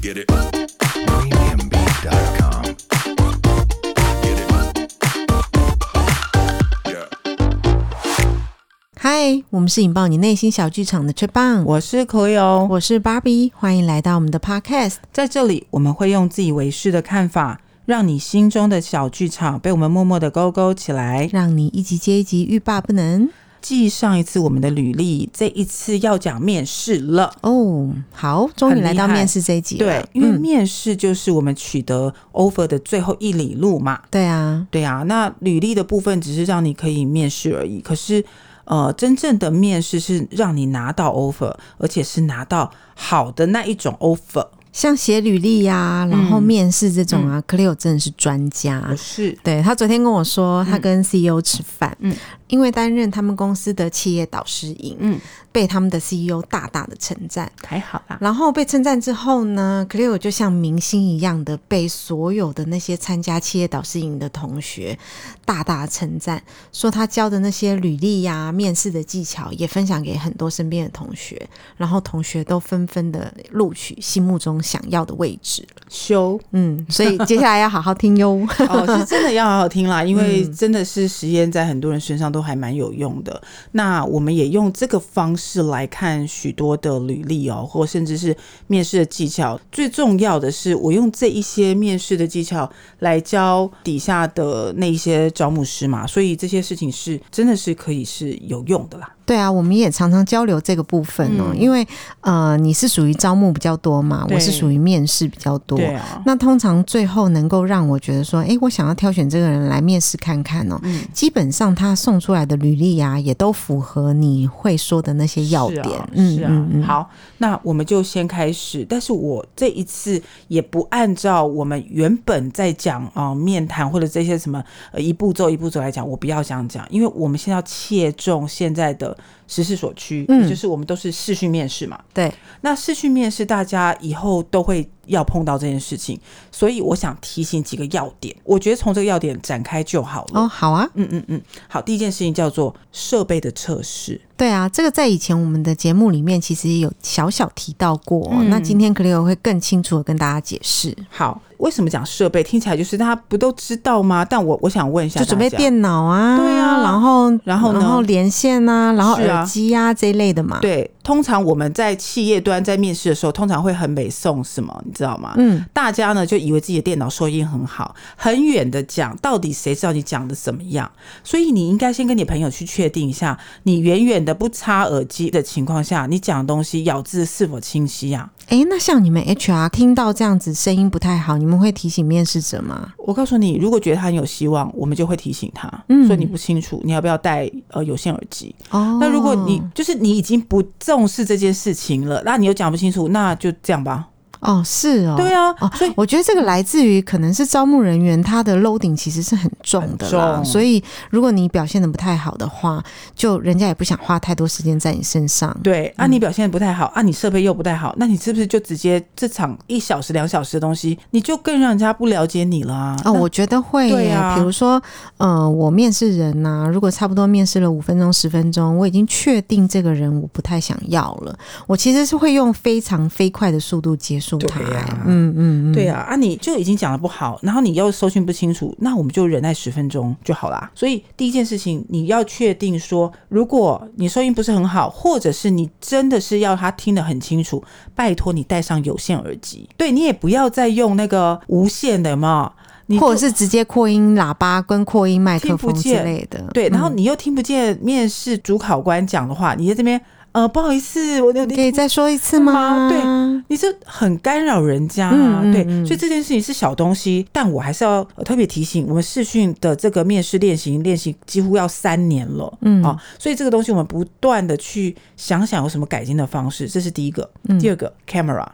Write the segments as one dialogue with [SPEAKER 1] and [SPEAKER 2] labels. [SPEAKER 1] Get it. Premiumbeat.com. Get it. Yeah.
[SPEAKER 2] 嗨，我们是引爆你内心小剧场的 t r i p n
[SPEAKER 3] 我是 Cleo，
[SPEAKER 2] 我是芭比，欢迎来到我们的 Podcast。
[SPEAKER 3] 在这里我们会用自以为是的看法，让你心中的小剧场被我们默默的勾勾起来。
[SPEAKER 2] 让你一集接一集欲罢不能
[SPEAKER 3] 继上一次我们的履历，这一次要讲面试了。
[SPEAKER 2] 哦！好，终于来到
[SPEAKER 3] 很厉害
[SPEAKER 2] 面试这一集了。
[SPEAKER 3] 对，因为面试就是我们取得 offer 的最后一里路嘛。
[SPEAKER 2] 对啊，
[SPEAKER 3] 对啊，那履历的部分只是让你可以面试而已。可是，呃，真正的面试是让你拿到 offer，而且是拿到好的那一种 offer。
[SPEAKER 2] 像写履历呀、
[SPEAKER 3] 嗯
[SPEAKER 2] 然后面试这种啊、c l e o 真的是专家。
[SPEAKER 3] 不是，
[SPEAKER 2] 对他昨天跟我说，他跟 CEO 吃饭，
[SPEAKER 3] 嗯
[SPEAKER 2] 因为担任他们公司的企业导师营，
[SPEAKER 3] 嗯，
[SPEAKER 2] 被他们的 CEO 大大的称赞。
[SPEAKER 3] 还好啦。
[SPEAKER 2] 然后被称赞之后呢，Cleo 就像明星一样的被所有的那些参加企业导师营的同学大大称赞，说他教的那些履历呀、面试的技巧也分享给很多身边的同学，然后同学都纷纷的录取心目中想要的位置了。
[SPEAKER 3] 修
[SPEAKER 2] 嗯，所以接下来要好好听哟。
[SPEAKER 3] 哦，是真的要好好听啦，因为真的是实验在很多人身上都还蛮有用的。那我们也用这个方式来看许多的履历哦，或甚至是面试的技巧。最重要的是，我用这一些面试的技巧来教底下的那一些招募师嘛，所以这些事情是真的是可以是有用的啦。
[SPEAKER 2] 对啊，我们也常常交流这个部分哦，因为呃，你是属于招募比较多嘛，
[SPEAKER 3] 对
[SPEAKER 2] 我是属于面试比较多。
[SPEAKER 3] 啊，
[SPEAKER 2] 那通常最后能够让我觉得说，诶，我想要挑选这个人来面试看看哦。
[SPEAKER 3] 嗯
[SPEAKER 2] 基本上他送出来的履历啊，也都符合你会说的那些要点。
[SPEAKER 3] 是啊，
[SPEAKER 2] 嗯
[SPEAKER 3] 是啊
[SPEAKER 2] 嗯嗯，
[SPEAKER 3] 好，那我们就先开始。但是我这一次也不按照我们原本在讲啊、呃面谈或者这些什么呃一步骤一步骤来讲，我不要这样讲，因为我们现在要切中现在的时事所趋，
[SPEAKER 2] 嗯
[SPEAKER 3] 也就是我们都是视讯面试嘛。
[SPEAKER 2] 对，
[SPEAKER 3] 那视讯面试大家以后都会要碰到这件事情，所以我想提醒几个要点，我觉得从这个要点展开就好了。
[SPEAKER 2] 哦，好啊，
[SPEAKER 3] 嗯嗯嗯，好，第一件事情叫做设备的测试。
[SPEAKER 2] 对啊，这个在以前我们的节目里面其实也有小小提到过哦、
[SPEAKER 3] 嗯
[SPEAKER 2] 那今天 Cleo 会更清楚的跟大家解释，
[SPEAKER 3] 好，为什么讲设备？听起来就是大家不都知道吗？但我我想问一下，
[SPEAKER 2] 就准备。电脑啊，
[SPEAKER 3] 对啊
[SPEAKER 2] 然后
[SPEAKER 3] 然后呢
[SPEAKER 2] 然后连线啊，然后
[SPEAKER 3] 是啊
[SPEAKER 2] 耳机啊这一类的嘛。，
[SPEAKER 3] 对，通常我们在企业端在面试的时候，通常会很美送什么，你知道吗？
[SPEAKER 2] 嗯，
[SPEAKER 3] 大家呢就以为自己的电脑收音很好，很远的讲，到底谁知道你讲的怎么样？所以你应该先跟你朋友去确定一下，你远远的不插耳机的情况下，你讲的东西咬字是否清晰啊？
[SPEAKER 2] 诶，那像你们 HR 听到这样子声音不太好，你们会提醒面试者吗？
[SPEAKER 3] 我告诉你，如果觉得他很有希望，我们就会提醒他，
[SPEAKER 2] 嗯
[SPEAKER 3] 说你不清楚，你要不要戴呃有线耳机？
[SPEAKER 2] 哦，
[SPEAKER 3] 那如果你就是你已经不重视这件事情了，那你又讲不清楚，那就这样吧。
[SPEAKER 2] 哦是哦，
[SPEAKER 3] 对啊，
[SPEAKER 2] 哦
[SPEAKER 3] 所以
[SPEAKER 2] 我觉得这个来自于可能是招募人员他的 loading 其实是很重的啦，
[SPEAKER 3] 很重
[SPEAKER 2] 所以如果你表现的不太好的话，就人家也不想花太多时间在你身上。
[SPEAKER 3] 对
[SPEAKER 2] 嗯
[SPEAKER 3] 啊，你表现的不太好、啊，你设备又不太好，那你是不是就直接这场一小时、两小时的东西，你就更让人家不了解你了啊？
[SPEAKER 2] 哦，我觉得会
[SPEAKER 3] 对
[SPEAKER 2] 耶。
[SPEAKER 3] 啊
[SPEAKER 2] 比如说，呃，我面试人呐、如果差不多面试了五分钟、十分钟，我已经确定这个人我不太想要了，我其实是会用非常飞快的速度结束他、
[SPEAKER 3] 对啊
[SPEAKER 2] 嗯嗯嗯，
[SPEAKER 3] 对啊，啊，你就已经讲的不好，然后你又收讯不清楚，那我们就忍耐十分钟就好啦。所以第一件事情，你要确定说，如果你收音不是很好，或者是你真的是要他听得很清楚，拜托你戴上有线耳机。对你也不要再用那个无线的嘛，你
[SPEAKER 2] 或者
[SPEAKER 3] 就是
[SPEAKER 2] 直接扩音喇叭跟扩音麦克风
[SPEAKER 3] 听不
[SPEAKER 2] 之
[SPEAKER 3] 见
[SPEAKER 2] 类的。
[SPEAKER 3] 对，然后
[SPEAKER 2] 嗯
[SPEAKER 3] 你又听不见面试主考官讲的话，你在这边呃，不好意思，我有
[SPEAKER 2] 可以
[SPEAKER 3] 点。
[SPEAKER 2] 再说一次吗？
[SPEAKER 3] 吗对你这很干扰人家啊，
[SPEAKER 2] 嗯嗯
[SPEAKER 3] 对，
[SPEAKER 2] 嗯
[SPEAKER 3] 所以这件事情是小东西，但我还是要呃特别提醒，我们视讯的这个面试练习练习几乎要三年了，
[SPEAKER 2] 嗯
[SPEAKER 3] 啊，所以这个东西我们不断的去想想有什么改进的方式，这是第一个。
[SPEAKER 2] 嗯
[SPEAKER 3] 第二个、camera，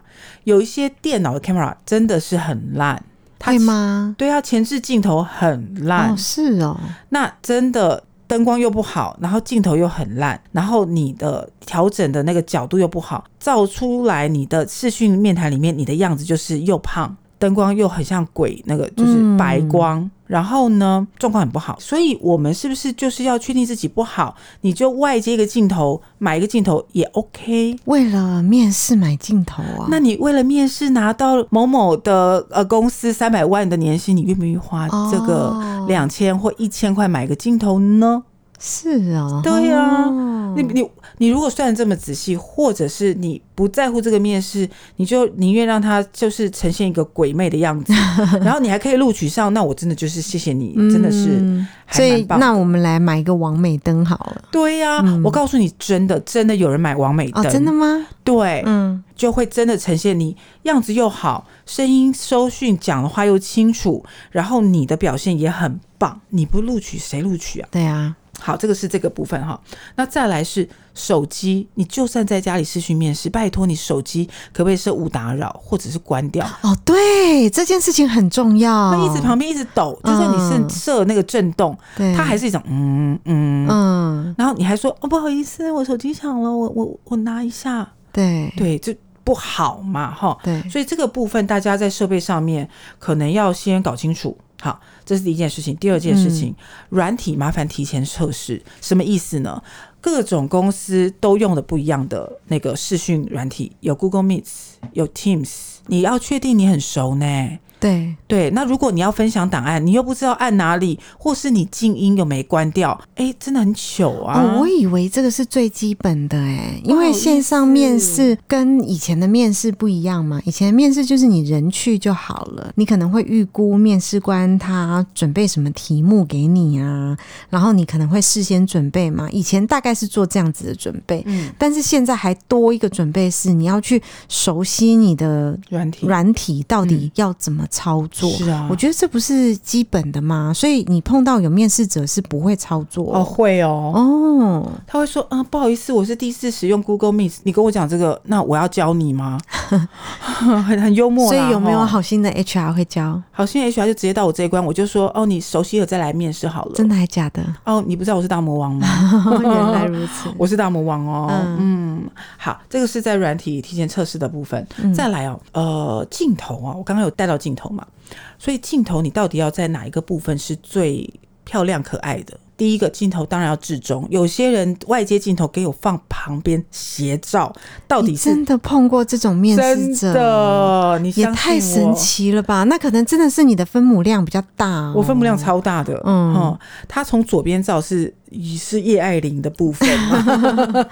[SPEAKER 3] 有一些电脑的 camera 真的是很烂，它
[SPEAKER 2] 会吗？
[SPEAKER 3] 对啊，前置镜头很烂，
[SPEAKER 2] 哦，是哦，
[SPEAKER 3] 那真的灯光又不好，然后镜头又很烂，然后你的调整的那个角度又不好，照出来你的视讯面谈里面你的样子就是又胖。灯光又很像鬼那个，就是
[SPEAKER 2] 嗯
[SPEAKER 3] 白光。然后呢，状况很不好，所以我们是不是就是要确定自己不好，你就外接一个镜头，买一个镜头也 OK。
[SPEAKER 2] 为了面试买镜头啊，
[SPEAKER 3] 那你为了面试拿到某某的呃公司三百万的年薪，你愿不愿意花
[SPEAKER 2] 哦
[SPEAKER 3] 这个两千或一千块买个镜头呢？
[SPEAKER 2] 是啊，
[SPEAKER 3] 对啊
[SPEAKER 2] 哦
[SPEAKER 3] 你你你如果算的这么仔细，或者是你不在乎这个面试，你就宁愿让他就是呈现一个鬼魅的 样子，然后你还可以录取上，那我真的就是谢谢你，真的是
[SPEAKER 2] 嗯
[SPEAKER 3] 还
[SPEAKER 2] 所以
[SPEAKER 3] 蛮棒的。
[SPEAKER 2] 那我们来买一个王美灯好了。
[SPEAKER 3] 对呀、我告诉你，真的真的有人买王美
[SPEAKER 2] 哦
[SPEAKER 3] 灯，，
[SPEAKER 2] 真的吗？
[SPEAKER 3] 对，
[SPEAKER 2] 嗯，
[SPEAKER 3] 就会真的呈现你样子又好，声音收讯讲的话又清楚，然后你的表现也很棒。你不录取谁录取啊？
[SPEAKER 2] 对啊，
[SPEAKER 3] 好，这个是这个部分哈。那再来是手机，你就算在家里视讯面试，拜托你手机可不可以设勿打扰或者是关掉？
[SPEAKER 2] 哦，对，这件事情很重要。
[SPEAKER 3] 它一直旁边一直抖，就算
[SPEAKER 2] 嗯
[SPEAKER 3] 你设设那个震动，
[SPEAKER 2] 对，
[SPEAKER 3] 它还是一种嗯嗯。
[SPEAKER 2] 嗯，
[SPEAKER 3] 然后你还说哦不好意思，我手机响了，我我我拿一下，
[SPEAKER 2] 对
[SPEAKER 3] 对，这不好嘛哈。
[SPEAKER 2] 对
[SPEAKER 3] 所以这个部分大家在设备上面可能要先搞清楚。好，这是第一件事情。第二件
[SPEAKER 2] 嗯
[SPEAKER 3] 事情，软、体麻烦提前测试，什么意思呢？各种公司都用的不一样的那个视讯软体，有 Google Meet，有 Teams，你要确定你很熟呢。
[SPEAKER 2] 对，
[SPEAKER 3] 对，那如果你要分享档案，你又不知道按哪里，或是你静音又没关掉，哎、真的很糗啊！
[SPEAKER 2] 哦，我以为这个是最基本的哎，因为
[SPEAKER 3] 不好意
[SPEAKER 2] 线上面
[SPEAKER 3] 思
[SPEAKER 2] 试跟以前的面试不一样嘛。以前的面试就是你人去就好了，你可能会预估面试官他准备什么题目给你啊，然后你可能会事先准备嘛。以前大概是做这样子的准备，
[SPEAKER 3] 嗯，
[SPEAKER 2] 但是现在还多一个准备是你要去熟悉你的
[SPEAKER 3] 软体
[SPEAKER 2] 软体到底要怎么操作。
[SPEAKER 3] 嗯是啊，
[SPEAKER 2] 我觉得这不是基本的吗？所以你碰到有面试者是不会操作
[SPEAKER 3] 哦会哦
[SPEAKER 2] 哦，
[SPEAKER 3] 他会说：“啊、不好意思，我是第一次使用 Google Meet，你跟我讲这个，那我要教你吗？” 很很幽默
[SPEAKER 2] 所
[SPEAKER 3] 啦，
[SPEAKER 2] 以有没有
[SPEAKER 3] 吼
[SPEAKER 2] 好心的 HR 会教？
[SPEAKER 3] 好心 HR 就直接到我这一关，我就说：“哦，你熟悉了再来面试好了。
[SPEAKER 2] 真的还假 的？”
[SPEAKER 3] 哦，你不知道我是大魔王吗？
[SPEAKER 2] 原来如此。
[SPEAKER 3] 我是大魔王哦。
[SPEAKER 2] 嗯
[SPEAKER 3] 嗯好，这个是在软体提前测试的部分。
[SPEAKER 2] 嗯
[SPEAKER 3] 再来哦，呃，镜头啊，我刚刚有带到镜头嘛，所以镜头你到底要在哪一个部分是最漂亮可爱的？第一个镜头当然要至中，有些人外接镜头给我放旁边斜照，到底
[SPEAKER 2] 你
[SPEAKER 3] 是
[SPEAKER 2] 真的碰过这种面
[SPEAKER 3] 真
[SPEAKER 2] 试者，
[SPEAKER 3] 的？你
[SPEAKER 2] 也
[SPEAKER 3] 相信
[SPEAKER 2] 太神
[SPEAKER 3] 我
[SPEAKER 2] 奇了吧？那可能真的是你的分母量比较大哦、
[SPEAKER 3] 我分母量超大的，
[SPEAKER 2] 嗯
[SPEAKER 3] 嗯，哦、他从左边照是是叶爱玲的部分 嘛，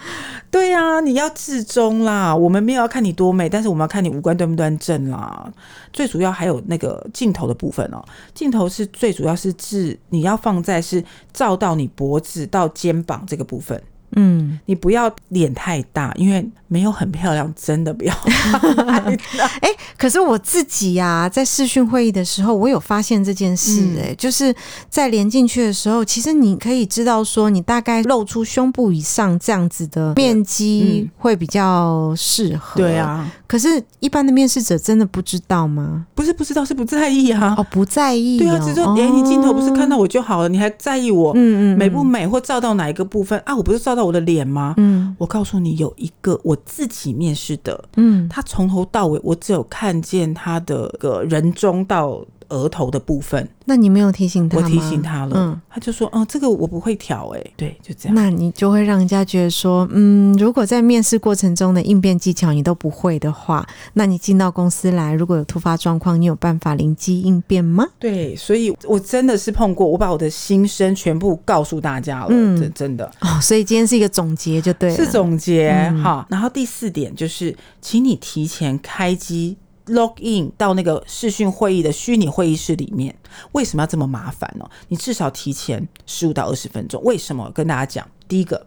[SPEAKER 3] 对呀、啊，你要至中啦，我们没有要看你多美，但是我们要看你五官端不端正啦。最主要还有那个镜头的部分哦，镜头是最主要是至你要放在是照到你脖子到肩膀这个部分。
[SPEAKER 2] 嗯，
[SPEAKER 3] 你不要脸太大，因为没有很漂亮，真的不要太大。
[SPEAKER 2] 哎、可是我自己呀、在视讯会议的时候，我有发现这件事、
[SPEAKER 3] 嗯
[SPEAKER 2] 哎、就是在连进去的时候，其实你可以知道说，你大概露出胸部以上这样子的面积
[SPEAKER 3] 嗯
[SPEAKER 2] 会比较适合。
[SPEAKER 3] 对。啊，
[SPEAKER 2] 可是，一般的面试者真的不知道吗？
[SPEAKER 3] 不是不知道，是不在意啊。
[SPEAKER 2] 哦，不在意、哦。
[SPEAKER 3] 对啊，只是说，哎、你镜头不是看
[SPEAKER 2] 到
[SPEAKER 3] 到我就好了，你还在意我
[SPEAKER 2] 嗯嗯嗯
[SPEAKER 3] 美不美，或照到哪一个部分啊？我不是照到我的脸吗？
[SPEAKER 2] 嗯
[SPEAKER 3] 我告诉你，有一个我自己面试的，
[SPEAKER 2] 嗯
[SPEAKER 3] 他从头到尾我只有看见他的个人中到额头的部分，
[SPEAKER 2] 那你没有提醒他
[SPEAKER 3] 我
[SPEAKER 2] 吗？
[SPEAKER 3] 提醒他了，
[SPEAKER 2] 嗯
[SPEAKER 3] 他就说，哦、这个我不会调，哎，对，就这样。
[SPEAKER 2] 那你就会让人家觉得说，嗯，如果在面试过程中的应变技巧你都不会的话，那你进到公司来，如果有突发状况，你有办法灵机应变吗？
[SPEAKER 3] 对，所以我真的是碰过，我把我的心声全部告诉大家了，
[SPEAKER 2] 嗯
[SPEAKER 3] 这真的。
[SPEAKER 2] 哦， 所以今天是一个总结就对了，
[SPEAKER 3] 是总结
[SPEAKER 2] 嗯
[SPEAKER 3] 哈、然后第四点就是，请你提前开机 log in 到那个视讯会议的虚拟会议室里面。为什么要这么麻烦呢？你至少提前十五到二十分钟。为什么？跟大家讲，第一个，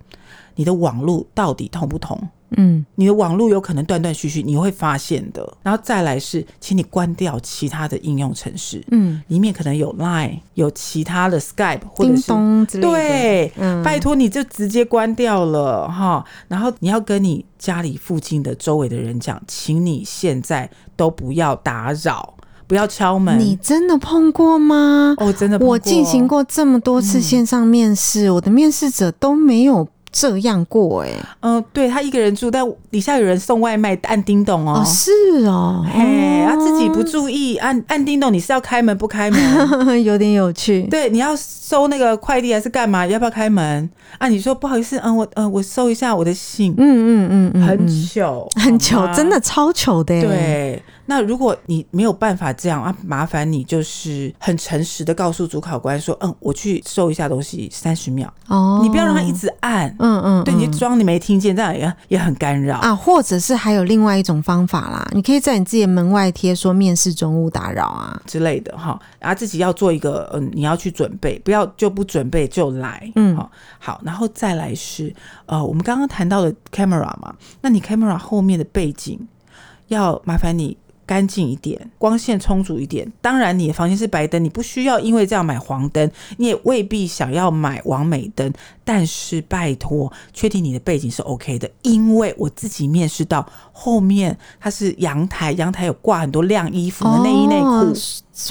[SPEAKER 3] 你的网络到底通不通？
[SPEAKER 2] 嗯，
[SPEAKER 3] 你的网络有可能断断续续，你会发现的。然后再来是，请你关掉其他的应用程式，
[SPEAKER 2] 嗯，
[SPEAKER 3] 里面可能有 Line，有其他的 Skype 或者
[SPEAKER 2] 叮
[SPEAKER 3] 是
[SPEAKER 2] 咚之类的，，
[SPEAKER 3] 对，
[SPEAKER 2] 嗯
[SPEAKER 3] 拜托你就直接关掉了哈。然后你要跟你家里附近的周围的人讲，请你现在都不要打扰，不要敲门。
[SPEAKER 2] 你真的碰过吗？
[SPEAKER 3] 哦，真的碰
[SPEAKER 2] 我进行过这么多次线上面试，我的面试者都没有这样过哎、
[SPEAKER 3] 嗯，对他一个人住，但底下有人送外卖，按叮咚哦
[SPEAKER 2] 哦，。是哦，
[SPEAKER 3] 嘿，他、
[SPEAKER 2] 哦
[SPEAKER 3] 自己不注意，按按叮咚，你是要开门不开门？
[SPEAKER 2] 有点有趣，
[SPEAKER 3] 对，你要收那个快递还是干嘛？要不要开门？啊，你说不好意思，嗯，我嗯我收一下我的信，
[SPEAKER 2] 嗯嗯嗯嗯，
[SPEAKER 3] 很
[SPEAKER 2] 嗯
[SPEAKER 3] 糗，
[SPEAKER 2] 很糗
[SPEAKER 3] 好，吗
[SPEAKER 2] 真的超糗的耶，
[SPEAKER 3] 对，那如果你没有办法这样啊，麻烦你就是很诚实的告诉主考官说，嗯，我去收一下东西，三十秒，
[SPEAKER 2] 哦，
[SPEAKER 3] 你不要让他一直按，
[SPEAKER 2] 嗯嗯，
[SPEAKER 3] 对，你
[SPEAKER 2] 嗯
[SPEAKER 3] 就装你没听见，这样也也很干扰。
[SPEAKER 2] 啊，或者是还有另外一种方法啦，你可以在你自己的门外贴说面试中勿打扰啊。
[SPEAKER 3] 之类的哈，然后自己要做一个，嗯，你要去准备，不要就不准备就来，
[SPEAKER 2] 嗯
[SPEAKER 3] 好，好，然后再来是，呃，我们刚刚谈到的 camera 嘛，那你 camera 后面的背景要麻烦你干净一点，光线充足一点。当然，你的房间是白灯，你不需要因为这样买黄灯，你也未必想要买王美灯，但是拜托，确定你的背景是 OK 的，因为我自己面试到后面它是阳台，阳台有挂很多晾衣服的内衣内裤。
[SPEAKER 2] 哦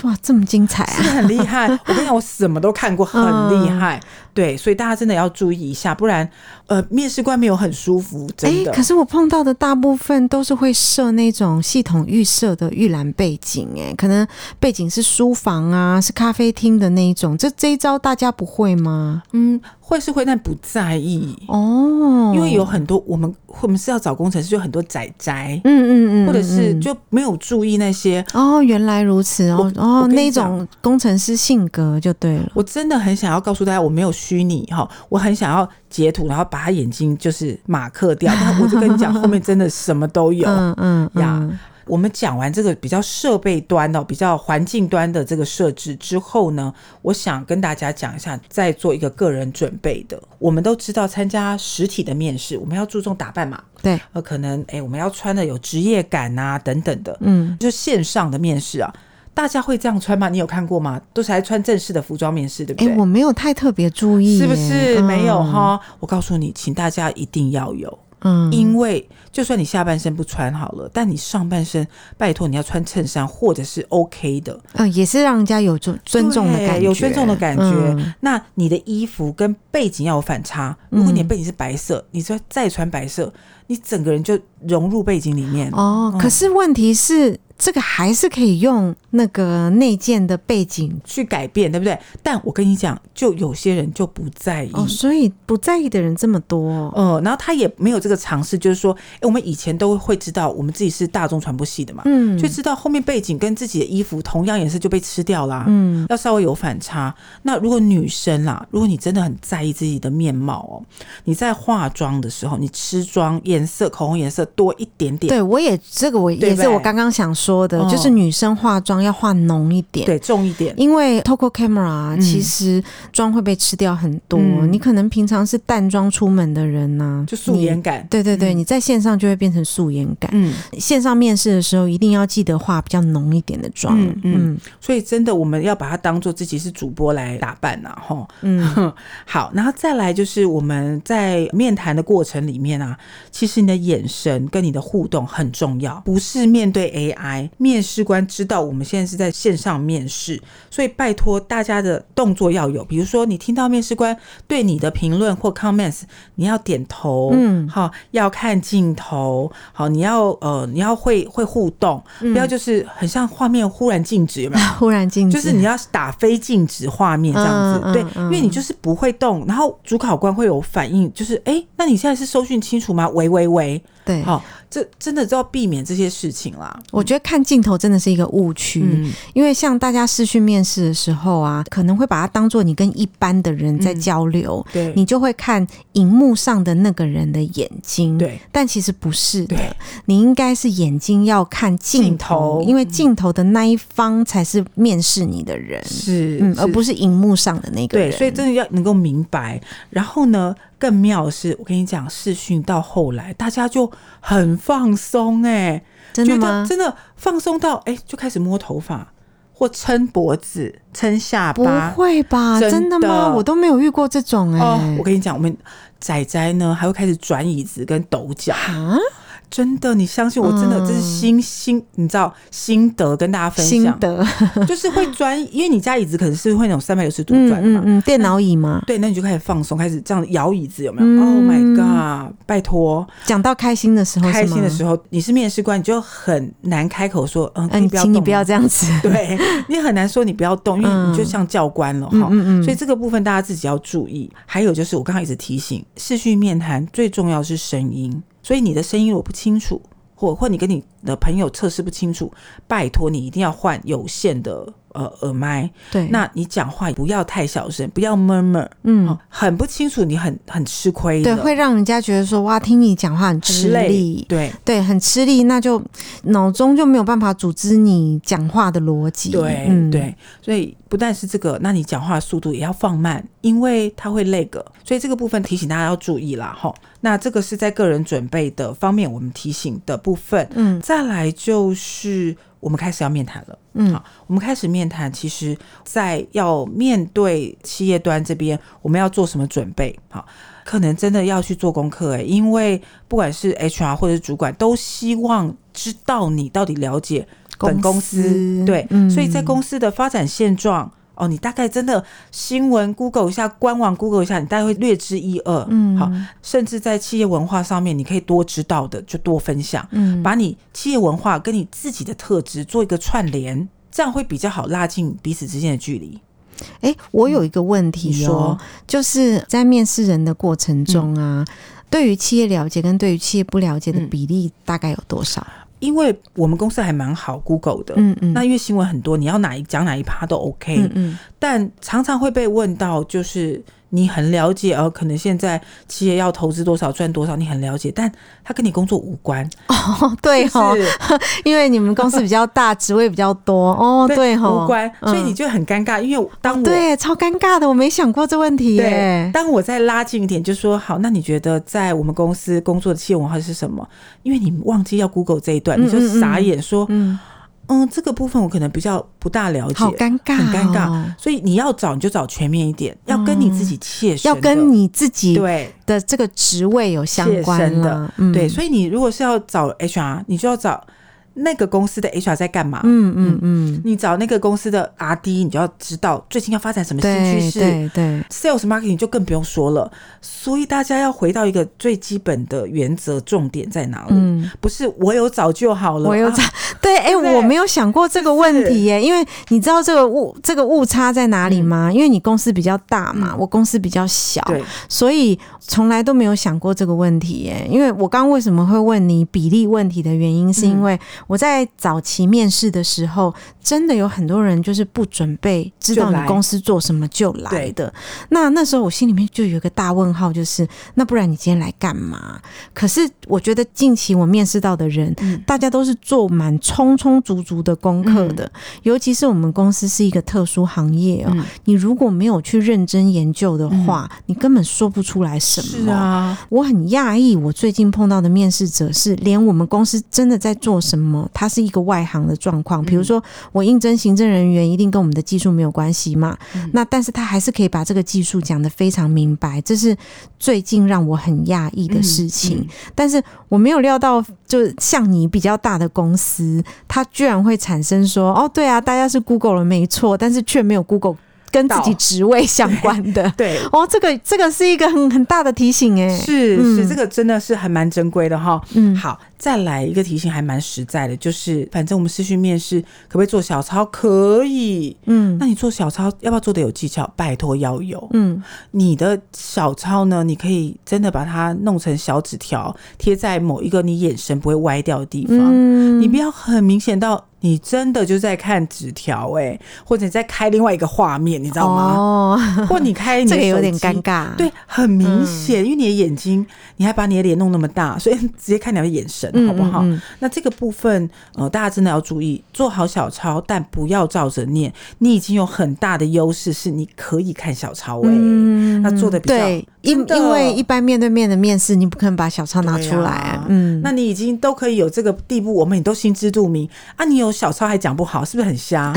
[SPEAKER 2] 哇，这么精彩
[SPEAKER 3] 是
[SPEAKER 2] 啊！
[SPEAKER 3] 很厉 害。我跟你讲，我什么都看过，很厉害。
[SPEAKER 2] 嗯
[SPEAKER 3] 对，所以大家真的要注意一下，不然呃，面试官没有很舒服，真
[SPEAKER 2] 诶
[SPEAKER 3] 的。
[SPEAKER 2] 哎可是我碰到的大部分都是会设那种系统预设的预览背景、诶，可能背景是书房啊，是咖啡厅的那一种。这这一招大家不会吗？
[SPEAKER 3] 嗯，会是会，但不在意，
[SPEAKER 2] 哦，
[SPEAKER 3] 因为有很多我们我们是要找工程师，有很多仔仔，
[SPEAKER 2] 嗯嗯嗯，
[SPEAKER 3] 或者是
[SPEAKER 2] 嗯
[SPEAKER 3] 就没有注意那些。
[SPEAKER 2] 哦，原来如此哦
[SPEAKER 3] 我我
[SPEAKER 2] 哦，
[SPEAKER 3] 跟你
[SPEAKER 2] 那
[SPEAKER 3] 讲
[SPEAKER 2] 种工程师性格就对了。
[SPEAKER 3] 我真的很想要告诉大家，我没有虚拟哈，我很想要截图，然后把他眼睛就是马克掉。但我就跟 你讲，后面真的什么都有。
[SPEAKER 2] 嗯嗯嗯
[SPEAKER 3] 呀，我们讲完这个比较设备端哦的、比较环境端的这个设置之后呢，我想跟大家讲一下，再做一个个人准备的。我们都知道，参加实体的面试，我们要注重打扮嘛，
[SPEAKER 2] 对，
[SPEAKER 3] 呃，可能诶，我们要穿的有职业感啊，等等的。
[SPEAKER 2] 嗯，
[SPEAKER 3] 就线上的面试啊，大家会这样穿吗？你有看过吗？都是还穿正式的服装面试，对不
[SPEAKER 2] 哎、
[SPEAKER 3] 对？
[SPEAKER 2] 我没有太特别注意耶，
[SPEAKER 3] 是不是没有
[SPEAKER 2] 嗯？
[SPEAKER 3] 哈？我告诉你，请大家一定要有。
[SPEAKER 2] 嗯，
[SPEAKER 3] 因为就算你下半身不穿好了，但你上半身，拜托你要穿衬衫或者是 OK 的，
[SPEAKER 2] 嗯，也是让人家有尊尊重的
[SPEAKER 3] 对
[SPEAKER 2] 感觉，
[SPEAKER 3] 有尊重的感觉。
[SPEAKER 2] 嗯
[SPEAKER 3] 那你的衣服跟背景要有反差，如果你的背景是白色，你再再穿白色，你整个人就融入背景里面。
[SPEAKER 2] 哦，可是问题是，这个还是可以用那个内建的背景
[SPEAKER 3] 去改变，对不对？但我跟你讲，就有些人就不在意，
[SPEAKER 2] 哦，所以不在意的人这么多。
[SPEAKER 3] 嗯，然后他也没有这个尝试，就是说，哎，我们以前都会知道我们自己是大众传播系的嘛，
[SPEAKER 2] 嗯
[SPEAKER 3] 就知道后面背景跟自己的衣服同样颜色就被吃掉啦，
[SPEAKER 2] 嗯，
[SPEAKER 3] 要稍微有反差。那如果女生啦，如果你真的很在意自己的面貌哦，你在化妆的时候，你吃妆颜色、口红颜色多一点点，
[SPEAKER 2] 对我也这个我
[SPEAKER 3] 对
[SPEAKER 2] 也
[SPEAKER 3] 不对
[SPEAKER 2] 是我刚刚想说的，
[SPEAKER 3] 哦
[SPEAKER 2] 就是女生化妆要化浓一点。
[SPEAKER 3] 对，重一点，
[SPEAKER 2] 因为透过 camera，、
[SPEAKER 3] 嗯
[SPEAKER 2] 其实妆会被吃掉很多。
[SPEAKER 3] 嗯
[SPEAKER 2] 你可能平常是淡妆出门的人呢、
[SPEAKER 3] 就素颜
[SPEAKER 2] 你。
[SPEAKER 3] 感。
[SPEAKER 2] 对对对，你在线上就会变成素颜感。
[SPEAKER 3] 嗯，
[SPEAKER 2] 线上面试的时候，一定要记得化比较浓一点的妆。
[SPEAKER 3] 嗯
[SPEAKER 2] 嗯
[SPEAKER 3] 嗯所以真的我们要把它当做自己是主播来打扮呐、吼。
[SPEAKER 2] 嗯
[SPEAKER 3] 好，然后再来就是我们在面谈的过程里面啊，其实你的眼神跟你的互动很重要，不是面对 AI，面试官知道我们现在是在线上面试，所以拜托大家的动作要有，比如说你听到面试官对你的评论或 comments，你要点头，
[SPEAKER 2] 嗯
[SPEAKER 3] 好，要看镜头，好，你要呃，你要会会互动，
[SPEAKER 2] 嗯
[SPEAKER 3] 不要就是很像画面忽然静止，有没有？
[SPEAKER 2] 忽然静止，
[SPEAKER 3] 就是你要打非静止画面这样子，
[SPEAKER 2] 嗯嗯
[SPEAKER 3] 对，
[SPEAKER 2] 嗯
[SPEAKER 3] 因为你就是不会动，然后主考官会有反应，就是哎、诶那你现在是收讯清楚吗？喂喂喂，
[SPEAKER 2] 对。
[SPEAKER 3] 好、这真的都要避免这些事情啦。
[SPEAKER 2] 我觉得看镜头真的是一个误区，
[SPEAKER 3] 嗯，
[SPEAKER 2] 因为像大家视讯面试的时候啊，可能会把它当做你跟一般的人在交流，
[SPEAKER 3] 对，
[SPEAKER 2] 你就会看荧幕上的那个人的眼睛，
[SPEAKER 3] 对
[SPEAKER 2] 但其实不是的
[SPEAKER 3] 对，
[SPEAKER 2] 你应该是眼睛要看镜
[SPEAKER 3] 镜
[SPEAKER 2] 头，
[SPEAKER 3] 头嗯
[SPEAKER 2] 因为镜头的那一方才是面试你的人，
[SPEAKER 3] 是，
[SPEAKER 2] 嗯，
[SPEAKER 3] 是
[SPEAKER 2] 而不是荧幕上的那个人。
[SPEAKER 3] 对，所以真的要能够明白。然后呢，更妙的是，我跟你讲，视讯到后来大家就很放松、诶
[SPEAKER 2] 真的
[SPEAKER 3] 觉得
[SPEAKER 2] 吗？
[SPEAKER 3] 真的放松到哎、诶就开始摸头发或撑脖子、撑下
[SPEAKER 2] 不
[SPEAKER 3] 巴，
[SPEAKER 2] 会吧？
[SPEAKER 3] 真的
[SPEAKER 2] 真的吗？我都没有遇过这种哎、
[SPEAKER 3] 哦哦，我跟你讲，我们仔仔呢还会开始转椅子跟抖脚，
[SPEAKER 2] 啊，
[SPEAKER 3] 真的，你相信我，真的这是心心，你知道心得跟大家
[SPEAKER 2] 嗯
[SPEAKER 3] 分
[SPEAKER 2] 心
[SPEAKER 3] 享，
[SPEAKER 2] 得，
[SPEAKER 3] 就是会 专，因为你家椅子可能是会那种三百六十度
[SPEAKER 2] 嗯
[SPEAKER 3] 转
[SPEAKER 2] 嗯
[SPEAKER 3] 嘛。
[SPEAKER 2] 嗯，电脑椅嘛。
[SPEAKER 3] 对，那你就开始放松，开始这样摇椅子，有没有、
[SPEAKER 2] 嗯
[SPEAKER 3] o h my god！拜托，
[SPEAKER 2] 讲到开心的时候，
[SPEAKER 3] 开心的
[SPEAKER 2] 候，
[SPEAKER 3] 时候你是面试官，你就很难开口说，嗯，可以
[SPEAKER 2] 嗯，
[SPEAKER 3] 不要
[SPEAKER 2] 请你
[SPEAKER 3] 动
[SPEAKER 2] 不要
[SPEAKER 3] 吗
[SPEAKER 2] 这样子。
[SPEAKER 3] 对你很难说你不要动，因为你就像教官了哈。
[SPEAKER 2] 嗯嗯嗯嗯
[SPEAKER 3] 所以这个部分大家自己要注意。还有就是我刚刚一直提醒，视讯面谈最重要是声音，所以你的声音如果不清楚，或或你跟你的朋友测试不清楚，拜托你一定要换有线的呃耳麦。
[SPEAKER 2] 对，
[SPEAKER 3] 那你讲话不要太小声，不要 murmur，
[SPEAKER 2] 嗯
[SPEAKER 3] 哦，很不清楚，你很很吃亏
[SPEAKER 2] 对，
[SPEAKER 3] 的，
[SPEAKER 2] 会让人家觉得说哇，听你讲话很吃
[SPEAKER 3] 很累
[SPEAKER 2] 力，，
[SPEAKER 3] 对。
[SPEAKER 2] 对，很吃力，那就脑中就没有办法组织你讲话的逻辑。嗯
[SPEAKER 3] 对、对，所以不但是这个，那你讲话速度也要放慢，因为它会累个，所以这个部分提醒大家要注意啦，哈。那这个是在个人准备的方面，我们提醒的部分。
[SPEAKER 2] 嗯
[SPEAKER 3] 再来就是我们开始要面谈了，
[SPEAKER 2] 嗯
[SPEAKER 3] 好，我们开始面谈，其实在要面对企业端这边，我们要做什么准备？好。可能真的要去做功课诶、欸因为不管是 HR 或者是主管，都希望知道你到底了解本公司对，
[SPEAKER 2] 嗯
[SPEAKER 3] 所以在公司的发展现状。哦，你大概真的新闻 Google 一下，官网 Google 一下，你大概会略知一二。
[SPEAKER 2] 嗯
[SPEAKER 3] 好，甚至在企业文化上面，你可以多知道的就多分享，
[SPEAKER 2] 嗯
[SPEAKER 3] 把你企业文化跟你自己的特质做一个串联，这样会比较好拉近彼此之间的距离。
[SPEAKER 2] 哎、我有一个问题
[SPEAKER 3] 嗯你
[SPEAKER 2] 哦
[SPEAKER 3] 说，
[SPEAKER 2] 就是在面试人的过程中啊，
[SPEAKER 3] 嗯
[SPEAKER 2] 对于企业了解跟对于企业不了解的比例大概有多少？
[SPEAKER 3] 因为我们公司还蛮好 Google 的，
[SPEAKER 2] 嗯嗯，
[SPEAKER 3] 那因为新闻很多，你要哪一讲哪一趴都 OK。
[SPEAKER 2] 嗯嗯
[SPEAKER 3] 但常常会被问到，就是你很了解，呃，可能现在企业要投资多少赚多少，你很了解，但它跟你工作无关，
[SPEAKER 2] 哦，对
[SPEAKER 3] 就是
[SPEAKER 2] 哦，因为你们公司比较大，职位比较多 哦， 对哦，
[SPEAKER 3] 无关，
[SPEAKER 2] 嗯哦
[SPEAKER 3] 所以你就很尴尬，因为当我。
[SPEAKER 2] 对，超尴尬的，我没想过这问题
[SPEAKER 3] 对
[SPEAKER 2] 耶，。
[SPEAKER 3] 当我再拉近一点，就说好，那你觉得在我们公司工作的企业文化是什么？因为你忘记要 Google 这一段，你就傻眼说，
[SPEAKER 2] 嗯，
[SPEAKER 3] 嗯，这个部分我可能比较不大了解，
[SPEAKER 2] 好尴尬、哦
[SPEAKER 3] 很尴尬，，所以你要找你就找全面一点，要跟你自己切
[SPEAKER 2] 嗯
[SPEAKER 3] 身
[SPEAKER 2] 要
[SPEAKER 3] 的，
[SPEAKER 2] 跟你自己
[SPEAKER 3] 对
[SPEAKER 2] 的这个职位有相
[SPEAKER 3] 切
[SPEAKER 2] 关
[SPEAKER 3] 身
[SPEAKER 2] 了
[SPEAKER 3] 的，
[SPEAKER 2] 嗯，
[SPEAKER 3] 对，所以你如果是要找 HR，你就要找那个公司的 HR 在干嘛。
[SPEAKER 2] 嗯嗯嗯，
[SPEAKER 3] 你找那个公司的 R D，你就要知道最近要发展什么新趋
[SPEAKER 2] 对
[SPEAKER 3] 势。
[SPEAKER 2] 对对，
[SPEAKER 3] Sales marketing 就更不用说了，所以大家要回到一个最基本的原则，重点在哪里？
[SPEAKER 2] 嗯。
[SPEAKER 3] 不是我有找就好了，
[SPEAKER 2] 我有
[SPEAKER 3] 啊
[SPEAKER 2] 找、对，哎、
[SPEAKER 3] 对不对
[SPEAKER 2] 我没有想过这个问题耶，因为你知道这个误这个误差在哪里吗？因为你公司比较大嘛，我公司比较小，
[SPEAKER 3] 嗯对，
[SPEAKER 2] 所以从来都没有想过这个问题耶。因为我刚为什么会问你比例问题的原因，是因
[SPEAKER 3] 嗯
[SPEAKER 2] 为我在早期面试的时候，真的有很多人就是不准备知道
[SPEAKER 3] 就
[SPEAKER 2] 你
[SPEAKER 3] 来
[SPEAKER 2] 公司做什么就来的。那那时候我心里面就有一个大问号，就是那不然你今天来干嘛？可是我觉得近期我面试到的人，
[SPEAKER 3] 嗯
[SPEAKER 2] 大家都是做满充充足足的功课的，尤其是我们公司是一个特殊行业哦，
[SPEAKER 3] 嗯
[SPEAKER 2] 你如果没有去认真研究的话，你根本说不出来什么。哦
[SPEAKER 3] 是啊，
[SPEAKER 2] 我很讶异，我最近碰到的面试者是连我们公司真的在做什么，它是一个外行的状况。比
[SPEAKER 3] 嗯
[SPEAKER 2] 如说，我应征行政人员，一定跟我们的技术没有关系嘛。
[SPEAKER 3] 嗯
[SPEAKER 2] 那但是他还是可以把这个技术讲得非常明白，这是最近让我很讶异的事情。
[SPEAKER 3] 嗯
[SPEAKER 2] 但是我没有料到，就像你比较大的公司，它居然会产生说，哦，对啊，大家是 Google 了没错，但是却没有 Google 跟自己
[SPEAKER 3] 到
[SPEAKER 2] 职位相关的。
[SPEAKER 3] 对，
[SPEAKER 2] 哦，这个这个是一个很很大的提醒哎、
[SPEAKER 3] 是
[SPEAKER 2] 嗯
[SPEAKER 3] 是，这个真的是还蛮珍贵的哈。
[SPEAKER 2] 嗯
[SPEAKER 3] 好，再来一个提醒，还蛮实在的，就是反正我们试训面试可不可以做小抄？可以。
[SPEAKER 2] 嗯
[SPEAKER 3] 那你做小抄要不要做的有技巧？拜托要有。
[SPEAKER 2] 嗯，
[SPEAKER 3] 你的小抄呢，你可以真的把它弄成小纸条，贴在某一个你眼神不会歪掉的地方。
[SPEAKER 2] 嗯
[SPEAKER 3] 你不要很明显到你真的就在看纸条哎，或者你在开另外一个画面，你知道吗？
[SPEAKER 2] 哦，
[SPEAKER 3] 或你开你的
[SPEAKER 2] 这个有
[SPEAKER 3] 手
[SPEAKER 2] 点
[SPEAKER 3] 机
[SPEAKER 2] 尴尬，
[SPEAKER 3] 对，很明显，
[SPEAKER 2] 嗯
[SPEAKER 3] 因为你的眼睛，你还把你的脸弄那么大，所以直接看你的眼神，
[SPEAKER 2] 嗯，
[SPEAKER 3] 好不好？
[SPEAKER 2] 嗯嗯
[SPEAKER 3] 那这个部分，呃，大家真的要注意，做好小抄，但不要照着念。你已经有很大的优势，是你可以看小抄诶、欸
[SPEAKER 2] 嗯
[SPEAKER 3] 那做的比较
[SPEAKER 2] 对因
[SPEAKER 3] 真的
[SPEAKER 2] 因为一般面对面的面试，你不可能把小抄拿出来、
[SPEAKER 3] 对啊
[SPEAKER 2] 嗯，
[SPEAKER 3] 那你已经都可以有这个地步，我们也都心知肚明啊。你有小抄还讲不好，是不是很 瞎？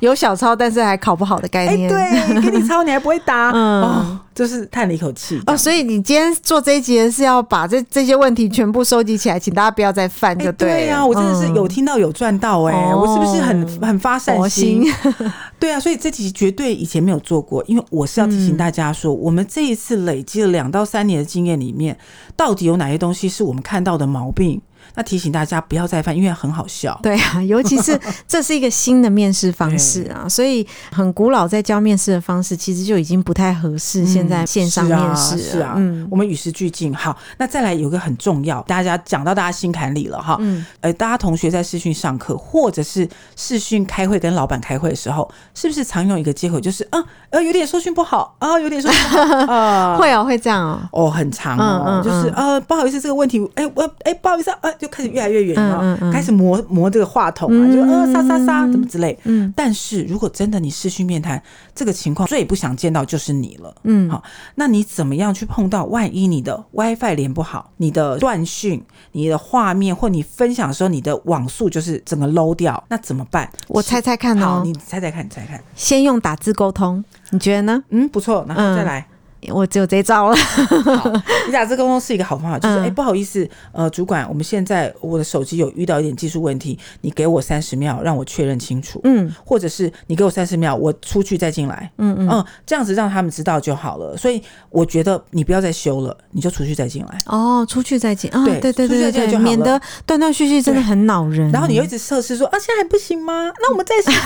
[SPEAKER 2] 有小抄，但是还考不好的概
[SPEAKER 3] 哎、
[SPEAKER 2] 念。
[SPEAKER 3] 对，给你抄你还不会答，
[SPEAKER 2] 嗯
[SPEAKER 3] 哦，就是叹了一口气。
[SPEAKER 2] 哦，所以你今天做这一节是要把这这些问题全部收集起来，请大家不要再犯，
[SPEAKER 3] 哎
[SPEAKER 2] 就了。
[SPEAKER 3] 对呀、我真的是有听到有赚到哎、
[SPEAKER 2] 嗯
[SPEAKER 3] 我是不是很很发善
[SPEAKER 2] 佛
[SPEAKER 3] 心
[SPEAKER 2] 心？
[SPEAKER 3] 对啊，所以这题绝对以前没有做过，因为我是要提
[SPEAKER 2] 嗯
[SPEAKER 3] 醒大家说，我们这一次累积了两到三年的经验里面，到底有哪些东西是我们看到的毛病？那提醒大家不要再犯，因为很好笑。
[SPEAKER 2] 对啊，尤其是这是一个新的面试方式 啊，所以很古老在教面试的方式，其实就已经不太合适现在线上面试了。
[SPEAKER 3] 嗯是啊，是啊
[SPEAKER 2] 嗯
[SPEAKER 3] 我们与时俱进。好，那再来有个很重要，大家讲到大家心坎里了哈。
[SPEAKER 2] 嗯
[SPEAKER 3] 呃，大家同学在视讯上课，或者是视讯开会跟老板开会的时候，是不是常用一个借口就是啊，呃，有点收讯不好啊，有点收讯不好 啊。
[SPEAKER 2] 会哦，会这样哦。
[SPEAKER 3] 哦，很长哦，
[SPEAKER 2] 嗯嗯
[SPEAKER 3] 就是呃，不好意思，这个问题，哎、我哎、不好意思啊，呃，就开始越来越远了，
[SPEAKER 2] 嗯嗯嗯
[SPEAKER 3] 开始磨磨这个话筒啊，就呃，沙沙沙，怎么之类。
[SPEAKER 2] 嗯
[SPEAKER 3] 但是如果真的你视讯面谈这个情况，最不想见到就是你了。
[SPEAKER 2] 嗯，
[SPEAKER 3] 好，那你怎么样去碰到？万一你的 WiFi 连不好，你的断讯、你的画面或你分享的时候，你的网速就是整个 low 掉，那怎么办？
[SPEAKER 2] 我猜猜看
[SPEAKER 3] 好，
[SPEAKER 2] 哦，
[SPEAKER 3] 你猜猜看，你猜猜看。
[SPEAKER 2] 先用打字沟通，你觉得呢？
[SPEAKER 3] 嗯，不错，然后再
[SPEAKER 2] 嗯
[SPEAKER 3] 来。
[SPEAKER 2] 我只有这一招了。
[SPEAKER 3] 好，你打字沟通是一个好方法，就是
[SPEAKER 2] 嗯
[SPEAKER 3] 哎、诶不好意思，呃，主管，我们现在我的手机有遇到一点技术问题，你给我三十秒让我确认清楚，
[SPEAKER 2] 嗯
[SPEAKER 3] 或者是你给我三十秒，我出去再进来，
[SPEAKER 2] 嗯嗯。
[SPEAKER 3] 嗯，这样子让他们知道就好了。所以我觉得你不要再修了，你就出去再进来。
[SPEAKER 2] 哦，出去再见啊！
[SPEAKER 3] 对
[SPEAKER 2] 对对
[SPEAKER 3] 出去再
[SPEAKER 2] 对
[SPEAKER 3] 见
[SPEAKER 2] 对对，
[SPEAKER 3] 就好了
[SPEAKER 2] 免得断断续续，真的很恼人。
[SPEAKER 3] 然后你又一直测试说啊，现在还不行吗？那我 们再想。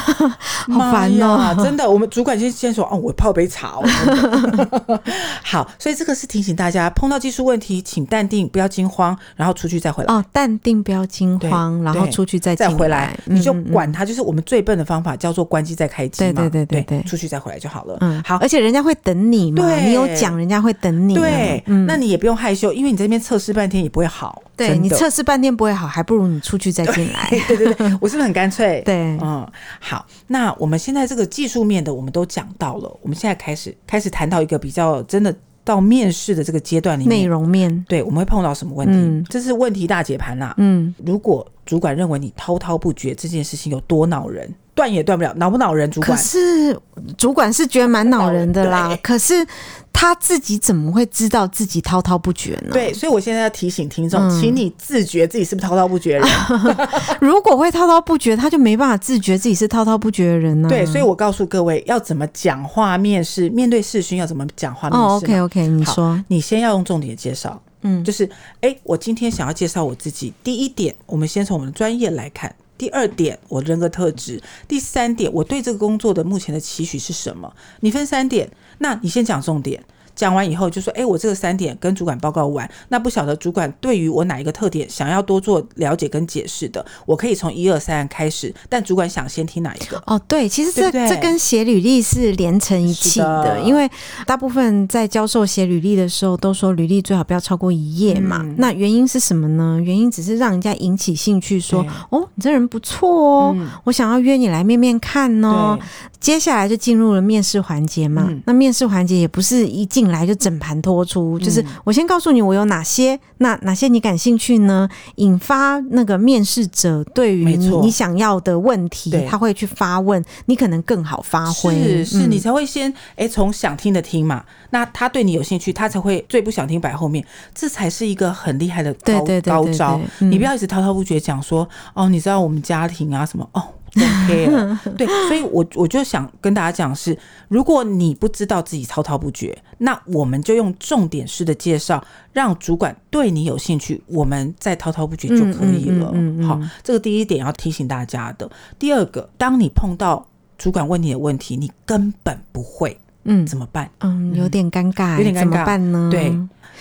[SPEAKER 3] 好
[SPEAKER 2] 烦哦
[SPEAKER 3] 真的，我们主管先先说哦，我泡杯茶哦。 好，所以这个是提醒大家，碰到技术问题，请淡定，不要惊慌，然后出去再回来。
[SPEAKER 2] 哦，淡定，不要惊慌，
[SPEAKER 3] 对
[SPEAKER 2] 然后
[SPEAKER 3] 对
[SPEAKER 2] 出去再
[SPEAKER 3] 再
[SPEAKER 2] 进
[SPEAKER 3] 回来，
[SPEAKER 2] 嗯
[SPEAKER 3] 你就
[SPEAKER 2] 嗯嗯
[SPEAKER 3] 管它。就是我们最笨的方法叫做关机再开机嘛，
[SPEAKER 2] 对对对对对
[SPEAKER 3] 出去再回来就好了。
[SPEAKER 2] 嗯
[SPEAKER 3] 好
[SPEAKER 2] 而。且人家会等你嘛，
[SPEAKER 3] 对
[SPEAKER 2] 你有讲，人家会等你啊。
[SPEAKER 3] 对，
[SPEAKER 2] 嗯，
[SPEAKER 3] 那你也不用害羞，因为你在那边测试半天也不会好。
[SPEAKER 2] 对
[SPEAKER 3] 真
[SPEAKER 2] 你
[SPEAKER 3] 的
[SPEAKER 2] 测试半天不会好，还不如你出去再进来。
[SPEAKER 3] 对对对，我是不是很干 脆？
[SPEAKER 2] 对
[SPEAKER 3] 嗯，好，那我们现在这个技术面的我们都讲到了，我们现在开始开始谈到一个比较真的到面试的这个阶段里
[SPEAKER 2] 内
[SPEAKER 3] 面，
[SPEAKER 2] 容面，
[SPEAKER 3] 对，我们会碰到什么问题？
[SPEAKER 2] 嗯
[SPEAKER 3] 这是问题大解盘啦、
[SPEAKER 2] 嗯，
[SPEAKER 3] 如果主管认为你滔滔不绝这件事情有多恼人，断也断不了，恼不恼人？主
[SPEAKER 2] 可
[SPEAKER 3] 管
[SPEAKER 2] 是主管是觉得蛮恼人的
[SPEAKER 3] 对
[SPEAKER 2] 啦，可是他自己怎么会知道自己滔滔不绝呢？，
[SPEAKER 3] 对，所以我现在要提醒听众，
[SPEAKER 2] 嗯
[SPEAKER 3] 请你自觉自己是不是滔滔不绝的 人。
[SPEAKER 2] 如果会滔滔不绝，他就没办法自觉自己是滔滔不绝的人呢、
[SPEAKER 3] 对，所以我告诉各位要怎么讲话面试，面对视讯要怎么讲话面试嘛。
[SPEAKER 2] 哦，OK OK，你说，
[SPEAKER 3] 你先要用重点介绍，
[SPEAKER 2] 嗯
[SPEAKER 3] 就是哎、诶我今天想要介绍我自己。第一点，我们先从我们的专业来看；第二点，我人格特质；第三点，我对这个工作的目前的期许是什么？你分三点，那你先讲重点。讲完以后就说，哎、我这个三点跟主管报告完，那不晓得主管对于我哪一个特点想要多做了解跟解释的，我可以从一二三开始，但主管想先听哪一个？
[SPEAKER 2] 哦，对，其实这
[SPEAKER 3] 对不对
[SPEAKER 2] 这跟写履历是连成一气的，
[SPEAKER 3] 是的
[SPEAKER 2] 因为大部分在教授写履历的时候都说履历最好不要超过一页嘛。
[SPEAKER 3] 嗯
[SPEAKER 2] 那原因是什么呢？原因只是让人家引起兴趣说，哦，你这人不错哦，
[SPEAKER 3] 嗯
[SPEAKER 2] 我想要约你来面面看哦。接下来就进入了面试环节嘛。
[SPEAKER 3] 嗯
[SPEAKER 2] 那面试环节也不是一进来就整盘托出，就是我先告诉你我有哪些，那哪些你感兴趣呢？引发那个面试者对于
[SPEAKER 3] 没
[SPEAKER 2] 你
[SPEAKER 3] 错
[SPEAKER 2] 你想要的问题
[SPEAKER 3] 对，
[SPEAKER 2] 他会去发问，你可能更好发挥。
[SPEAKER 3] 是是，
[SPEAKER 2] 嗯
[SPEAKER 3] 你才会先哎从想听的听嘛，那他对你有兴趣，他才会最不想听摆后面，这才是一个很厉害的高
[SPEAKER 2] 对对对
[SPEAKER 3] 高
[SPEAKER 2] 对
[SPEAKER 3] 招。
[SPEAKER 2] 对嗯
[SPEAKER 3] 你不要一直滔滔不绝讲说哦，你知道我们家庭啊什么哦。OK 了， 对，所以我我就想跟大家讲是，如果你不知道自己滔滔不绝，那我们就用重点式的介绍，让主管对你有兴趣，我们再滔滔不绝就可以了。
[SPEAKER 2] 嗯嗯嗯嗯嗯
[SPEAKER 3] 好，这个第一点要提醒大家的。第二个，当你碰到主管问你的问题，你根本不会，
[SPEAKER 2] 嗯
[SPEAKER 3] 怎么办？
[SPEAKER 2] 嗯，有点尴尬、
[SPEAKER 3] 有点尴尬
[SPEAKER 2] 怎么办呢？
[SPEAKER 3] 对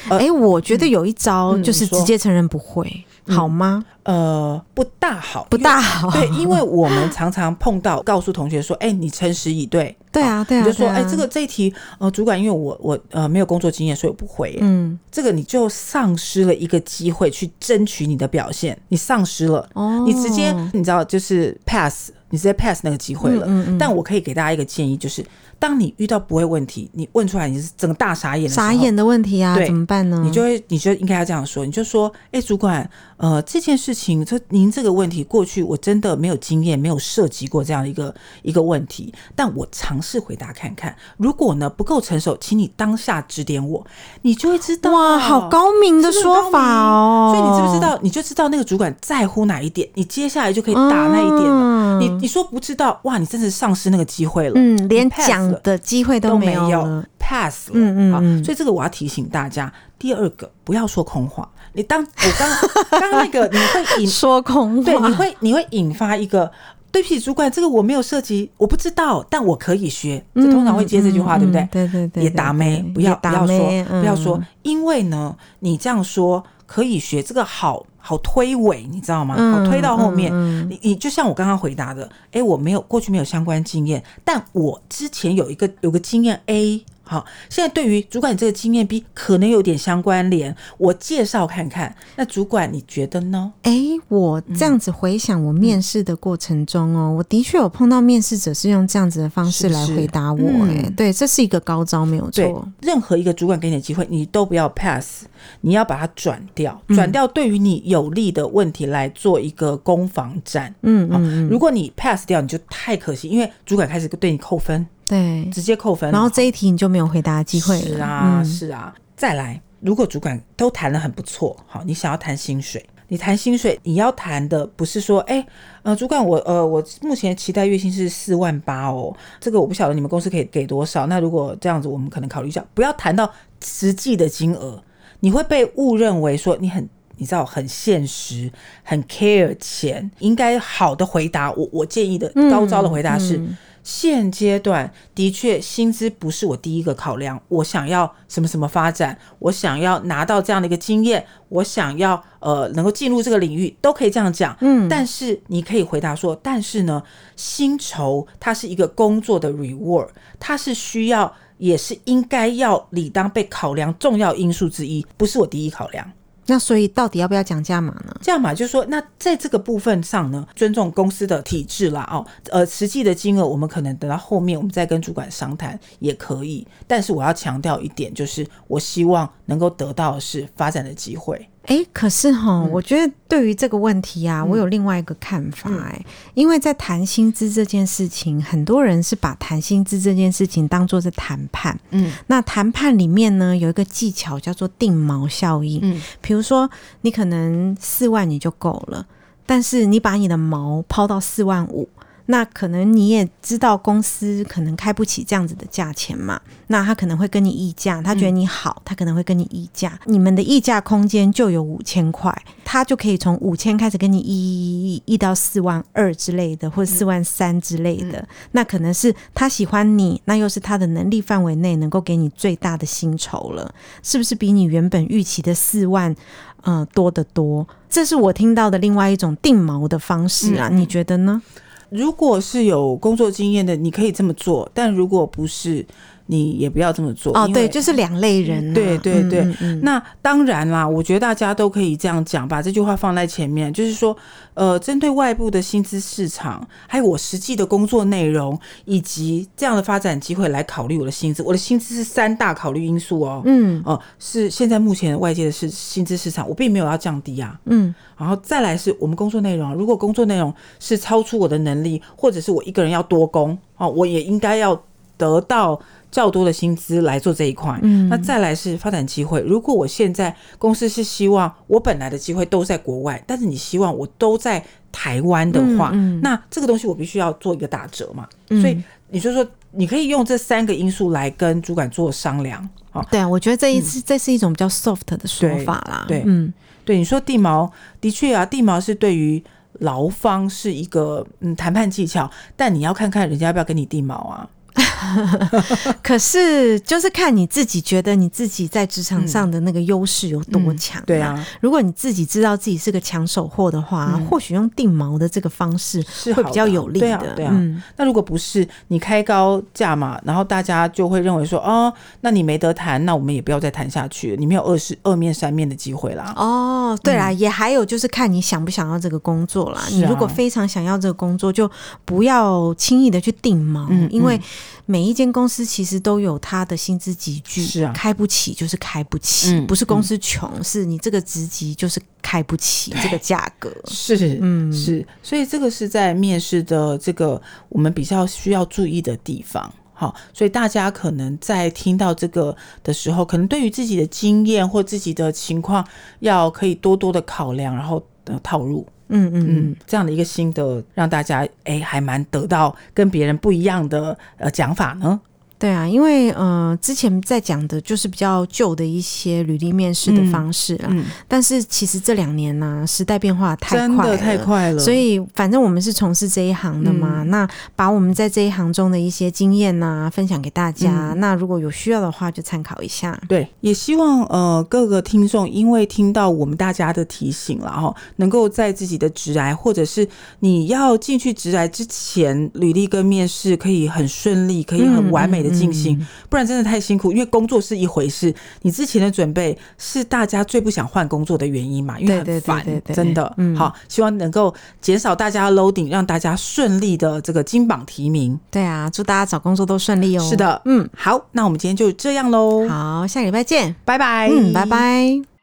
[SPEAKER 3] 呃
[SPEAKER 2] 哎、我觉得有一招
[SPEAKER 3] 嗯
[SPEAKER 2] 就是
[SPEAKER 3] 你说
[SPEAKER 2] 直接承认不会，好吗？
[SPEAKER 3] 呃，不大好，
[SPEAKER 2] 不大
[SPEAKER 3] 因为。
[SPEAKER 2] 好。
[SPEAKER 3] 对，因为我们常常碰到，告诉同学说：“哎、你诚实以对。
[SPEAKER 2] 对啊，对
[SPEAKER 3] 你
[SPEAKER 2] 啊，
[SPEAKER 3] 就说：“
[SPEAKER 2] 对啊
[SPEAKER 3] 哎、这个这一题，呃，主管，因为我我呃没有工作经验，所以我不回。哎
[SPEAKER 2] 嗯，
[SPEAKER 3] 这个你就丧失了一个机会去争取你的表现，你丧失了，
[SPEAKER 2] 哦
[SPEAKER 3] 你直接你知道就是 pass，你直接 pass 那个机会了。
[SPEAKER 2] 嗯嗯嗯
[SPEAKER 3] 但我可以给大家一个建议，就是当你遇到不会问题，你问出来你是整个大傻眼的时候
[SPEAKER 2] 傻眼的问题啊，
[SPEAKER 3] 对
[SPEAKER 2] 怎么办呢？
[SPEAKER 3] 你就会，你就应该要这样说，你就说，哎、主管，呃，这件事情，这您这个问题，过去我真的没有经验，没有涉及过这样一个一个问题，但我尝试回答看看。如果呢不够成熟，请你当下指点我，你就会知道。
[SPEAKER 2] 哇，好高明的
[SPEAKER 3] 是不是
[SPEAKER 2] 说
[SPEAKER 3] 很高明
[SPEAKER 2] 法哦！
[SPEAKER 3] 所以你知不知道，你就知道那个主管在乎哪一点，你接下来就可以打那一点了。你你说不知道，哇，你真是丧失那个机会了。
[SPEAKER 2] 嗯，连
[SPEAKER 3] 你 pass
[SPEAKER 2] 讲
[SPEAKER 3] 了
[SPEAKER 2] 的机会
[SPEAKER 3] 都
[SPEAKER 2] 没
[SPEAKER 3] 有
[SPEAKER 2] 了。
[SPEAKER 3] pass 了，
[SPEAKER 2] 嗯嗯
[SPEAKER 3] 啊
[SPEAKER 2] 嗯
[SPEAKER 3] 所以这个我要提醒大家，第二个不要说空话。你当 我刚刚刚那个，你会引
[SPEAKER 2] 说 空
[SPEAKER 3] 对，你
[SPEAKER 2] 话，
[SPEAKER 3] 会你会引发一个。对不起，主管，这个我没有涉及，我不知道，但我可以学。这通常会接这句话，
[SPEAKER 2] 嗯
[SPEAKER 3] 对不对？
[SPEAKER 2] 嗯对对对，
[SPEAKER 3] 也打没，不要不
[SPEAKER 2] 打
[SPEAKER 3] 要
[SPEAKER 2] 没
[SPEAKER 3] 说，，不要说
[SPEAKER 2] 嗯，，
[SPEAKER 3] 因为呢，你这样说可以学这个好好推诿，你知道吗？
[SPEAKER 2] 嗯
[SPEAKER 3] 好推到后面，
[SPEAKER 2] 嗯
[SPEAKER 3] 你你就像我刚刚回答的，诶，我没有过去没有相关经验，但我之前有一个有个经验 A。好，现在对于主管你这个经验 B 可能有点相关联，我介绍看看。那主管你觉得呢？
[SPEAKER 2] 哎，我
[SPEAKER 3] 嗯
[SPEAKER 2] 这样子回想我面试的过程中哦，我的确有碰到面试者是用这样子的方式
[SPEAKER 3] 是不
[SPEAKER 2] 来
[SPEAKER 3] 是
[SPEAKER 2] 回答我，
[SPEAKER 3] 嗯
[SPEAKER 2] 哎，对，这是一个高招，没有
[SPEAKER 3] 对
[SPEAKER 2] 错。，
[SPEAKER 3] 任何一个主管给你的机会，你都不要 pass，你要把它转掉，
[SPEAKER 2] 嗯
[SPEAKER 3] 转掉对于你有利的问题来做一个攻防战。
[SPEAKER 2] 嗯
[SPEAKER 3] 好
[SPEAKER 2] 嗯，
[SPEAKER 3] 如果你 pass 掉，你就太可惜，因为主管开始对你扣分，
[SPEAKER 2] 对。
[SPEAKER 3] 直接扣分。
[SPEAKER 2] 然后这一题你就没有回答的机会了，
[SPEAKER 3] 啊是啊，
[SPEAKER 2] 嗯
[SPEAKER 3] 是啊。再来，如果主管都谈的很不错，好，你想要谈薪水，你谈薪水，你要谈的不是说，哎、呃，主管我呃我目前期待月薪是四万八哦，这个我不晓得你们公司可以给多少。那如果这样子，我们可能考虑一下，不要谈到实际的金额，你会被误认为说你很。你知道很现实，很 care 钱，应该好的回答。我我建议的
[SPEAKER 2] 嗯
[SPEAKER 3] 高招的回答是，现阶段的确薪资不是我第一个考量，我想要什么什么发展，我想要拿到这样的一个经验，我想要呃能够进入这个领域，都可以这样讲。嗯，但是你可以回答说，但是呢，薪酬它是一个工作的 reward，它是需要也是应该要理当被考量重要因素之一，不是我第一考量。
[SPEAKER 2] 那所以到底要不要讲价码呢？
[SPEAKER 3] 这样嘛，就是说，那在这个部分上呢，尊重公司的体制啦，哦，呃，实际的金额我们可能等到后面我们再跟主管商谈也可以。但是我要强调一点，就是我希望能够得到的是发展的机会。
[SPEAKER 2] 哎，可是哈，
[SPEAKER 3] 嗯
[SPEAKER 2] 我觉得对于这个问题啊，我有另外一个看法
[SPEAKER 3] 嗯
[SPEAKER 2] 哎、因为在谈薪资这件事情，很多人是把谈薪资这件事情当做是谈判，
[SPEAKER 3] 嗯，
[SPEAKER 2] 那谈判里面呢有一个技巧叫做定锚效应，
[SPEAKER 3] 嗯，
[SPEAKER 2] 比如说你可能四万你就够了，但是你把你的毛抛到四万五。那可能你也知道公司可能开不起这样子的价钱嘛，那他可能会跟你议价，他觉
[SPEAKER 3] 嗯
[SPEAKER 2] 得你好，他可能会跟你议价，你们的议价空间就有五千块，他就可以从五千开始跟你议议议议到四万二之类的，或者四万三之类的，
[SPEAKER 3] 嗯
[SPEAKER 2] 那可能是他喜欢你，那又是他的能力范围内能够给你最大的薪酬了，是不是比你原本预期的四万呃多得多？这是我听到的另外一种定锚的方式
[SPEAKER 3] 嗯
[SPEAKER 2] 啊，你觉得呢？
[SPEAKER 3] 如果是有工作经验的，你可以这么做；但如果不是，你也不要这么做。
[SPEAKER 2] 哦，
[SPEAKER 3] 因为
[SPEAKER 2] 对，就是两类人、啊，
[SPEAKER 3] 对对对
[SPEAKER 2] 嗯嗯
[SPEAKER 3] 那当然啦，我觉得大家都可以这样讲，把这句话放在前面，就是说，呃，针对外部的薪资市场，还有我实际的工作内容，以及这样的发展机会来考虑我的薪资。我的薪资是三大考虑因素哦。
[SPEAKER 2] 嗯
[SPEAKER 3] 哦、是现在目前外界的市薪资市场，我并没有要降低啊。
[SPEAKER 2] 嗯
[SPEAKER 3] 然后再来是我们工作内容，如果工作内容是超出我的能力，或者是我一个人要多工哦，我也应该要得到较多的薪资来做这一块。嗯，那再来是发展机会，如果我现在公司是希望我本来的机会都在国外，但是你希望我都在台湾的话，
[SPEAKER 2] 嗯
[SPEAKER 3] 那这个东西我必须要做一个打折嘛。所以你就说，你可以用这三个因素来跟主管做商量。好、
[SPEAKER 2] 对啊，我觉得这一次、这是一种比较 soft 的说法啦。
[SPEAKER 3] 嗯对对
[SPEAKER 2] 嗯，
[SPEAKER 3] 对，你说地毛的确啊，地毛是对于劳方是一个嗯谈判技巧，但你要看看人家要不要跟你地毛啊。
[SPEAKER 2] 可是就是看你自己觉得你自己在职场上的那个优势有多强、
[SPEAKER 3] 嗯对，啊，嗯
[SPEAKER 2] 如果你自己知道自己是个抢手货的话，或许用定锚的这个方式
[SPEAKER 3] 是
[SPEAKER 2] 会
[SPEAKER 3] 好
[SPEAKER 2] 比较
[SPEAKER 3] 的啊
[SPEAKER 2] 有利
[SPEAKER 3] 对
[SPEAKER 2] 的。嗯
[SPEAKER 3] 啊，对啊。那如果不是你开高价嘛，然后大家就会认为说，哦，那你没得谈，那我们也不要再谈下去了，你没有二是二面三面的机会啦。
[SPEAKER 2] 哦，哦，对啦，也还有就是看你想不想要这个工作啦。
[SPEAKER 3] 是啊
[SPEAKER 2] 你如果非常想要这个工作，就不要轻易的去定锚，
[SPEAKER 3] 嗯
[SPEAKER 2] 因为每一间公司其实都有它的薪资集聚，
[SPEAKER 3] 是啊
[SPEAKER 2] 开不起就是开不起，
[SPEAKER 3] 嗯
[SPEAKER 2] 不是公司穷，是你这个职级就是开不起这个价格。
[SPEAKER 3] 是，
[SPEAKER 2] 嗯
[SPEAKER 3] 是，所以这个是在面试的这个我们比较需要注意的地方。好，所以大家可能在听到这个的时候，可能对于自己的经验或自己的情况，要可以多多的考量，然后呃套入，
[SPEAKER 2] 嗯嗯嗯，
[SPEAKER 3] 嗯，这样的一个新的，让大家哎还蛮得到跟别人不一样的呃讲法呢。
[SPEAKER 2] 对啊，因为呃，之前在讲的就是比较旧的一些履历面试的方式啦，
[SPEAKER 3] 嗯，
[SPEAKER 2] 但是其实这两年呢、时代变化太
[SPEAKER 3] 真
[SPEAKER 2] 快了，嗯
[SPEAKER 3] 的太快了，
[SPEAKER 2] 所以，反正我们是从事这一行的嘛，那把我们在这一行中的一些经验呐、分享给大家。那如果有需要的话，就参考一下。
[SPEAKER 3] 对，也希望呃各个听众因为听到我们大家的提醒了哈，能够在自己的职涯或者是你要进去职涯之前，履历跟面试可以很顺利，可以
[SPEAKER 2] 嗯
[SPEAKER 3] 很完美的进行，不然真的太辛苦。因为工作是一回事，你之前的准备是大家最不想换工作的原因嘛，因为
[SPEAKER 2] 对
[SPEAKER 3] 很
[SPEAKER 2] 对对
[SPEAKER 3] 烦，
[SPEAKER 2] 对对
[SPEAKER 3] 真的。
[SPEAKER 2] 嗯
[SPEAKER 3] 好，希望能够减少大家的 loading，让大家顺利的这个金榜题名。
[SPEAKER 2] 对啊，祝大家找工作都顺利哦。
[SPEAKER 3] 是，的，
[SPEAKER 2] 嗯，
[SPEAKER 3] 好，那我们今天就这样喽，
[SPEAKER 2] 好，下礼拜见。
[SPEAKER 3] 拜拜，
[SPEAKER 2] 嗯，拜。拜。